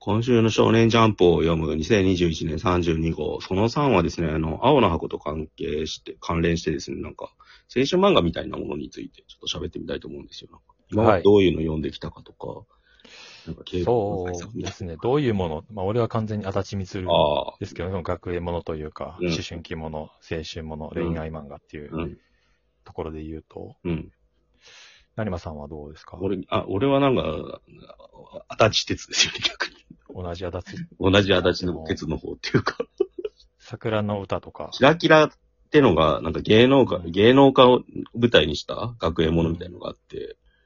今週の少年ジャンプを読む2021年32号、その3はですね、あの、青の箱と関係して、関連してですね、なんか、青春漫画みたいなものについてちょっと喋ってみたいと思うんですよ。なんか今まはでいどういうの読んできたかとか、なんか計画のそ対策うみでたいすね。どういうものまあ、俺は完全に足立みつるな。ああ、ですけどね、その学園ものというか、うん思春期もの、青春もの、恋愛漫画っていううん、ところで言うと、うん。成馬さんはどうですか俺、あ、俺はなんか、足立鉄ですよね、逆に。同じ足立、同じ足立の鉄の方っていうか。桜の歌とか、キラキラってのが、なんか芸能家、うん芸能家を舞台にした学園ものみたいのがあって、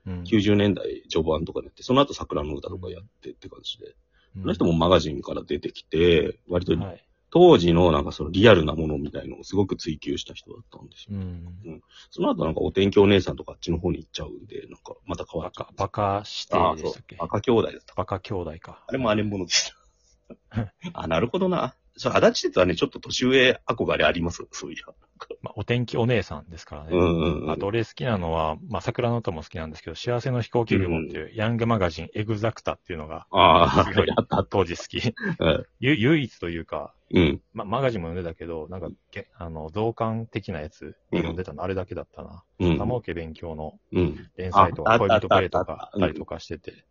うん90年代序盤とかでやって、その後桜の歌とかやってって感じで、うんその人もマガジンから出てきて、割とはい。当時のなんかそのリアルなものみたいのをすごく追求した人だったんですよ。うん。その後なんかお天気お姉さんとかあっちの方に行っちゃうんで、なんかまた変わバっちゃカう、んですバカ指ああ定でそしうたっけ。赤兄弟だった。バカ兄弟か。あれもあれものでした。あ、なるほどな。そう、足立鉄はね、ちょっと年上憧れありますそういや。まあ、お天気お姉さんですからね。うんうんうん。あと俺好きなのは、まあ、桜の歌も好きなんですけど、幸せの飛行機雲っていう、ヤングマガジンエグザクタっていうのが、ああ、すごいあったあっ当時好き。た。うん ゆ唯一というか、うん。まあ、マガジンも読んでたけど、なんかげ、あの、増刊的なやつうん読んでたの、あれだけだったな。うん。玉置勉強のうん。連載とああか、ったあ恋った人プレイとあっかた、あっあたったりとかしてて。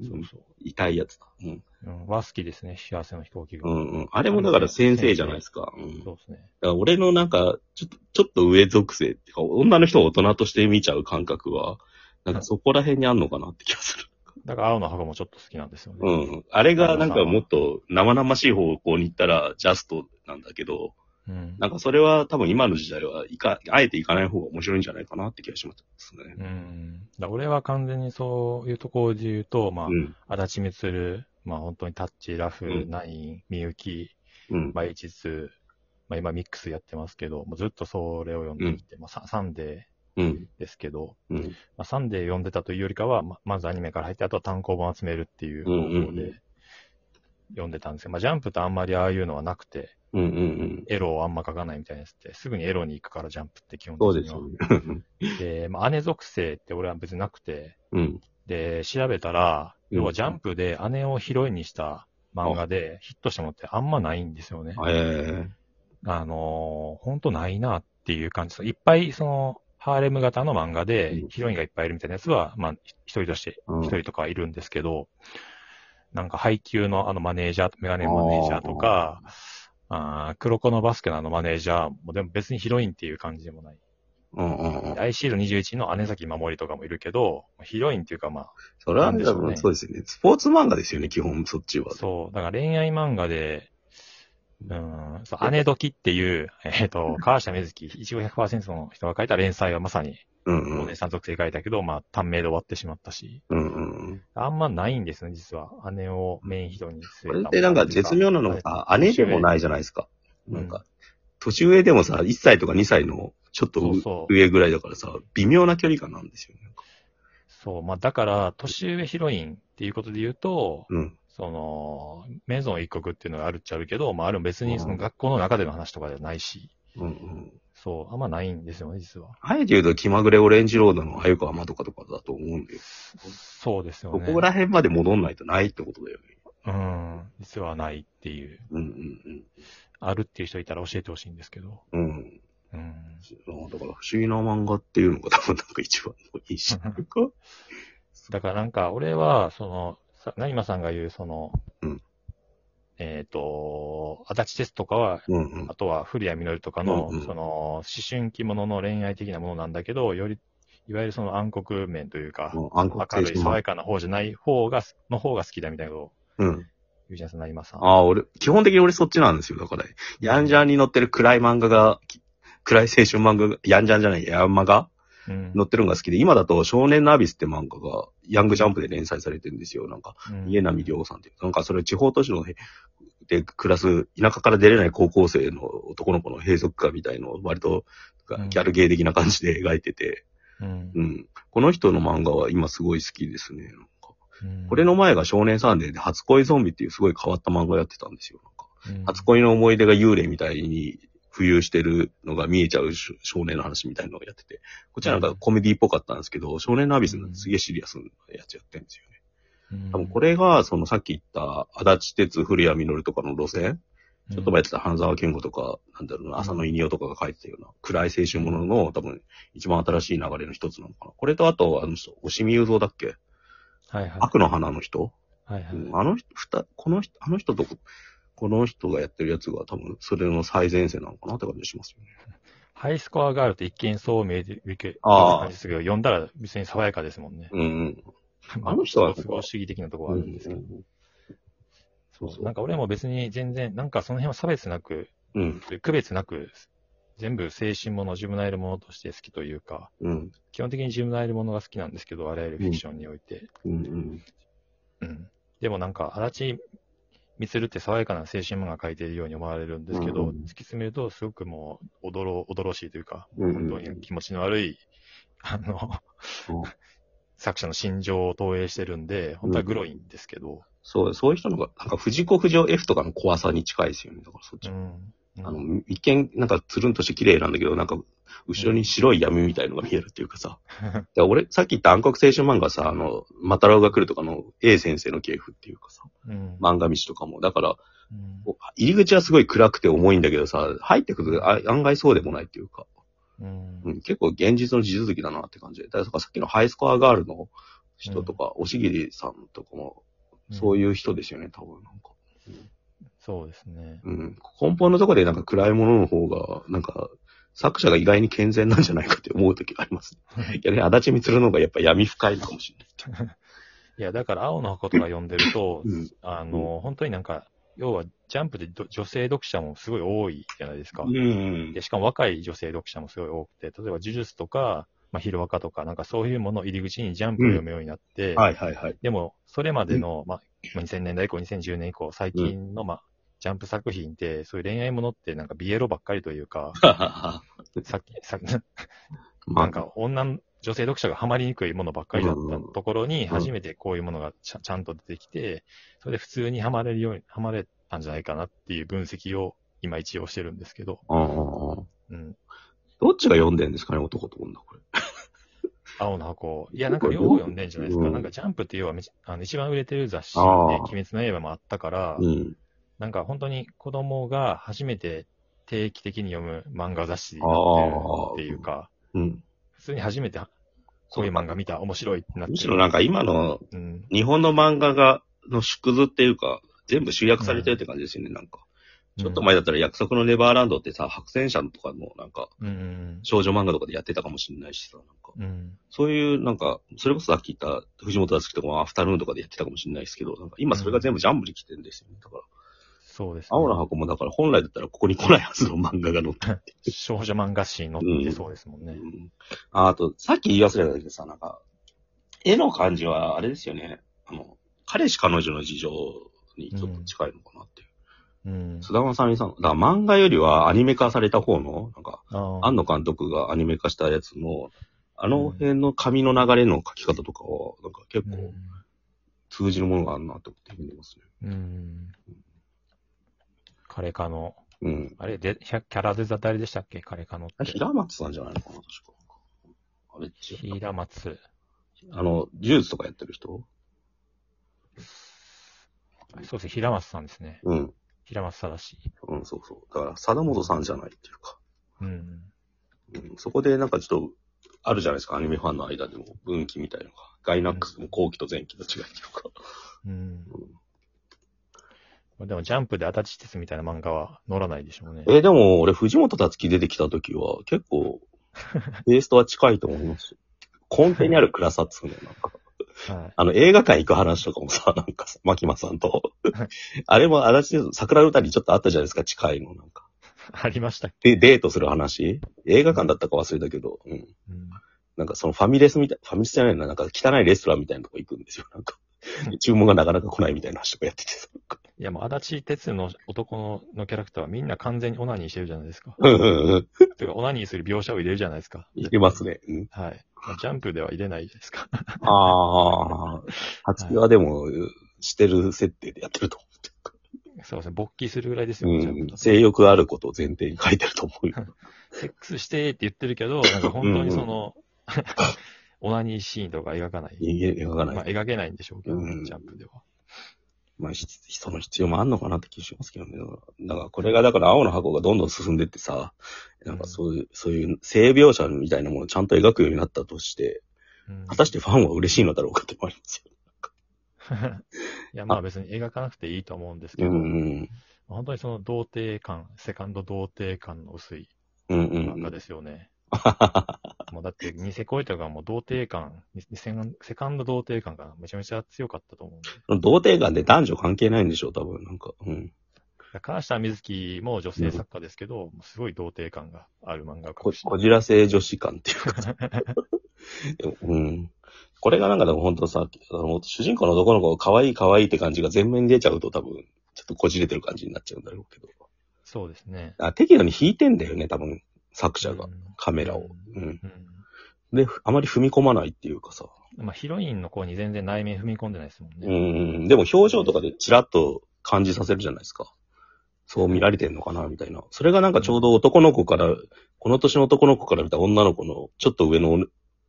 そうそう。痛いやつだ。うん。うん、は好きですね、幸せの飛行機う雲。んうん。あれもだから先生じゃないですか。うん。だかそうですね。ら俺のなんか、ちょっと、ちょっと上属性っていうか、女の人を大人として見ちゃう感覚は、なんかそこら辺にあんのかなって気がする。だから、青の箱もちょっと好きなんですよね。うん。あれがなんかもっと生々しい方向に行ったらジャストなんだけど、うん。なんかそれは多分今の時代はいか、あえていかない方が面白いんじゃないかなって気がしますね。うん。だから俺は完全にそういうところで言うと、まあう、ん。足立みつる、まあ本当にタッチ、ラフ、うんナイン、みゆき、うん。まあ H2、まあ今ミックスやってますけど、もうずっとそれを読んできて、まあササンデうん。ーですけど、うん。まあ、サンデー読んでたというよりかは、ままずアニメから入って、あとは単行本集めるっていう方うん法うんうんで読んでたんですけど、まあジャンプとあんまりああいうのはなくて、うん。うん。エロをあんま書かないみたいなやつって、すぐにエロに行くからジャンプって基本そうで的すにはよ。ね。で、まあ姉属性って俺は別になくて、うん。で、調べたら、うん要はジャンプで姉をヒロインにした漫画でヒットしたのってあんまないんですよね。えあのー、ほんとないなっていう感じです。いっぱい、その、ハーレム型の漫画でうんヒロインがいっぱいいるみたいなやつは、まあ、ひ一人として、うん一人とかいるんですけど、なんか配給のあのマネージャー、メガネマネージャーとか、あー黒子のバスケのあのマネージャーも、でも別にヒロインっていう感じでもない。えうんうんうん。アイシール21の姉崎守とかもいるけど、ヒロインっていうかまあ、それはなんでしょうねそうですよね。スポーツ漫画ですよね、基本、そっちは。そう、だから恋愛漫画で、うん、そう、姉時っていう、えっ、と、川下美月、一応100%の人が書いた連載はまさに、うんうおん姉。さん属性書いたけど、まあ、短命で終わってしまったし、うんうん。あんまないんですね、実は。姉をメインヒロに据こえれたってなんか絶妙なのがさ、姉でもい。ないじゃないですか。うんなんか、年上でもさ、1歳とか2歳の、ちょっとそううそう上ぐらいだからさ、微妙な距離感なんですよね。そう、まあ、だから、年上ヒロインっていうことで言うと、うん。その、メゾン一国っていうのがあるっちゃあるけど、まあ、ある別にその学校の中での話とかではないし、うんうん。そう、あんまないんですよね、実は。あえて言うと、気まぐれオレンジロードの鮎川まどかとかだと思うんだよ。そうですよこね。こら辺まで戻んないとないってことだよね。うん、実はないっていう、うんうんあるっていう人いたら教えてほしいんですけど。うん。うん。うん。そうだから不思議な漫画っていうのが多分なんか一番のいいし。 なんかだからなんか、俺は、その、さ成馬さんが言う、その、うんえっ、と、足立ですとかは、うんうんあ。とは古谷実とかの、うんうんその、思春期ものの恋愛的なものなんだけど、より、いわゆるその暗黒面というか、もう暗黒明青るい春爽漫やかな方じゃない方が、の方が好きだみたいなことを画。うん。言うじゃないですか、成馬さん。ああ、俺、基本的に俺そっちなんですよ。だから、ヤンジャンに載ってる暗い漫画が、き暗い青春漫画が、ヤンジャンじゃない、ヤンマがうん載ってるのが好きで、今だと少年のアビスって漫画が、ヤングジャンプで連載されてるんですよ。なんか、うん家並亮さんっていう、なんかそれ地方都市のへ、で暮らす、田舎から出れない高校生の男の子の閉塞感みたいのを割と、うんギャルゲー的な感じで描いてて、うんうん。この人の漫画は今すごい好きですね。なんかうんこれの前が少年サンデーで初恋ゾンビっていうすごい変わった漫画やってたんですよ。なんか初恋の思い出が幽霊みたいに浮遊してるのが見えちゃう少少年の話みたいなのをやってて、こっちはなんかコメディっぽかったんですけど、少年のアビスなんてすげえシリアスなやつやってるんですよね。多分これが、そのさっき言った、足立鉄古谷実とかの路線、うん、ちょっと前やってた半沢健吾とか、なんだろうな、浅野稲夫とかが書いてたような、暗い青春ものの、多分、一番新しい流れの一つなのかな。これとあと、あの人、押見雄三だっけはいはい。悪の花の人、はいはい。うんあの人、ふた、この人、あの人と、この人がやってるやつが多分、それの最前線なのかなって感じしますよね。ハイスコアがあると一見そう見えてるけあー感じするけど、読んだら別に爽やかですもんね。うんま あの人は不合主義的なとこうろはん。あるんですけど。そうそう。なんか俺も別に全然、なんかその辺は差別なく、うん、区別なく、全部青春もの、ジュブナイルものとして好きというか、うん、基本的にジュブナイルものが好きなんですけど、あらゆるフィクションにおいて。うん、うん。うん。でもなんか、足立みつるって爽やかな青春漫画描いているように思われるんですけど、うんうん突き詰めるとすごくもう、おどろ、おどろしいというか、うんうん本当に気持ちの悪い、あの、そう作者の心情を投影してるんで、本当はグロいんですけど、そう、そういう人の方が、なんか藤子不二雄 F とかの怖さに近いですよね。だからそっち。うん。あの、一見、なんかつるんとして綺麗なんだけど、なんか、後ろに白い闇みたいのが見えるっていうか さ。で俺、さっき言った暗黒青春漫画さ、あの、マタロウが来るとかの A 先生の系譜っていうかさ、うん、漫画道とかも。だから、うんこう入り口はすごい暗くて重いんだけどさ、入ってくるとあ案外そうでもないっていうか、うんうん、結構現実の地続きだなって感じで。だからさっきのハイスコアガールの人とか、おしぎりさんとかも、そううん、いう人ですよね、多分なんか。そうですね。うん。根本のところでなんか暗いものの方が、なんか、作者が意外に健全なんじゃないかって思う時があります。いやね、足立みつるの方がやっぱ闇深いのかもしいや、だから、青の箱とか読んでると、れない。うん。あの、本当になんか、要は、ジャンプでど女性読者もすごい多いじゃないですか。うんで、しかも若い女性読者もすごい多くて、例えば、呪術とか、まあ、ヒロアカとか、なんかそういうものを入り口にジャンプを読むようになって、はいはいはい。 でも、それまでの、まあ、まあ2000年代以降、2010年以降、最近の、まあ、ジャンプ作品って、そういう恋愛ものって、なんか、ビエロばっかりというか、さっき、さま なん、か、女の、女性読者がハマりにくいものばっかりだったところに、ん初めてこういうものがちゃちゃんと出てきて、それで普通にハマれるように、ハマれたんじゃないかなっていう分析を、今一応してるんですけど、ああ。うん。どっちが読んでんですかね、男と女、これ。青の箱。いや、なんか両方読んでんじゃないですうか。んなんかジャンプっていうのはめちゃ、あの、一番売れてる雑誌で、ああ鬼滅の刃もあったから、うん。なんか本当に子供が初めて定期的に読む漫画雑誌になってるっていうか、うん。普通に初めてこういう漫画見た、面白いってなってむしろなんか今のうん、日本の漫画が、の縮図っていうか、全部集約されてるって感じですよね、なんか。ちょっと前だったら約束のネバーランドってさ、白戦車とかのなんか、うん、少女漫画とかでやってたかもしれないしさ、なんか。うん、そういう、なんか、それこそさっき言った藤本達樹とかもアフタヌーンとかでやってたかもしれないですけど、なんか今それが全部ジャンブに来てるんですよね。だから、そうです、ね。青の箱もだから本来だったらここに来ないはずの漫画が載ってるって少女漫画誌に載ってそうですもんうね。んああと、さっき言い忘れたけどさ、なんか、絵の感じはあれですよね。あの、彼氏彼女の事情にちょっと近いのかなっていう。うん。菅田正美さん、だから漫画よりはアニメ化された方の、なんか、あ庵野監督がアニメ化したやつの、あの辺の紙の流れの書き方とかは、なんか結構通じるものがあるなって思って見てますね。うん。うん。彼かの、うん。あれ、で、ひゃキャラデザ誰でしたっけ彼かのって。平松さんじゃないのかな、確か。あれ違う。平松。あの、呪術とかやってる人そうですね、平松さんですね。うん。平松正し。うん、そうそう。だから、貞本さんじゃないっていうか。うん。うんそこでなんかちょっと、あるじゃないですか、アニメファンの間でも、分岐みたいなのが。ガイナックスでも後期と前期の違いっていうか。うん。まあでも、ジャンプでアタッチ鉄みたいな漫画は乗らないでしょうね。えーでも俺、藤本達樹出てきた時は、結構、テイストは近いと思いますよ。根底にある暗さっつうのよなんか。はい。 あの、映画館行く話とかもさ、なんかさ、牧間さんと。あれも、あらし、桜歌にちょっとあったじゃないですか、近いの。なんか。ありましたっで、けデートする話映画館だったか忘れたけど、うん。うん。なんかそのファミレスみたい、ファミレスじゃないな、なんか汚いレストランみたいなとこ行くんですよ。なんか、注文がなかなか来ないみたいな話とかやっててさ。いや、もう、足立鉄の男ののキャラクターはみんな完全にオナニーしてるじゃないですか。 うんうんうん。てか、オナニーする描写を入れるじゃないですか。いけますね。うん。はい。まあジャンプでは入れないじゃないですか。 ああ、初期はでも、してる設定でやってると思ってそうですね、勃起するぐらいですよ、ジャンる。プうん。だと性欲あることを前提に書いてると思うよ。セックスしてって言ってるけど、なんか本当にその、 オナニーシーンとか描かない。描かない。まあ、描けないんでしょうけど、うんジャンプでは。まあ、ひ人の必要もあんのかなって気しますけどね。だから、だからこれが、だから青の箱がどんどん進んでってさ、なんかそういう、そういう性描写みたいなものをちゃんと描くようになったとして、うん果たしてファンは嬉しいのだろうかってもありますよ。いや、まあ別に描かなくていいと思うんですけうど、んうん。本当にその童貞感、セカンド童貞感の薄いうんう漫んう画ん。です よね。もうだって、ニセコイとかもう童貞感、ニセセカンド童貞感がめちゃめちゃ強かったと思うんで。童貞感で男女関係ないんでしょう、多分。なんか、うん。川下美月も女性作家ですけど、すごい童貞感がある漫画かこもしれなこじらせ女子感っていうかさ。 でもうん。これがなんかでも本当さ、あの主人公の男の子が可愛い可愛いって感じが全面に出ちゃうと多分、ちょっとこじれてる感じになっちゃうんだろうけど。そうですね。あ適度に引いてんだよね、多分、作者がうん、カメラを。う。うんうで、ふあまり踏み込まないっていうかさ。んまあ、ヒロインの子に全然内面踏み込んでないですもんうね。ん。でも表情とかでチラッと感じさせるじゃないですか。そう見られてんのかな、みたいな。それがなんかちょうど男の子から、この年の男の子から見た女の子の、ちょっと上の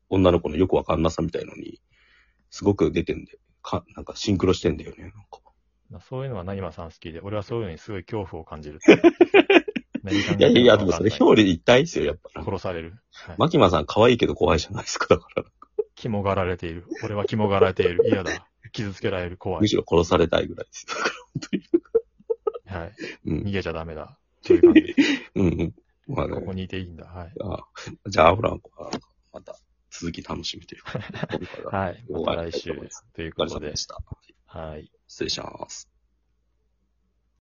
女の子のよくわかんなさみたいのに、すごく出てんで、か、なんかシンクロしてんだよね、なんか。まあそういうのは何馬さん好きで、俺はそういうのにすごい恐怖を 感じるっていう。何考えいやいやいや、でもそれてるのかわかん表ない裏一体ですよ、やっぱ。殺される。はいマキマさん可愛いけど怖いじゃないですか、だから。肝がられている。俺は肝がられてい る。嫌だ。傷つけられる。怖むい。しろ殺されたいぐらいです。だからはい。うん逃げちゃダメだ。という感じです。うんうん。まあここね、にいていいんだ。はい。あじゃあ、ほら、また続き楽しみとい うか。今回ははい。また来週終わりたいと思います。というお疲これと様でで。した。はい。失礼します。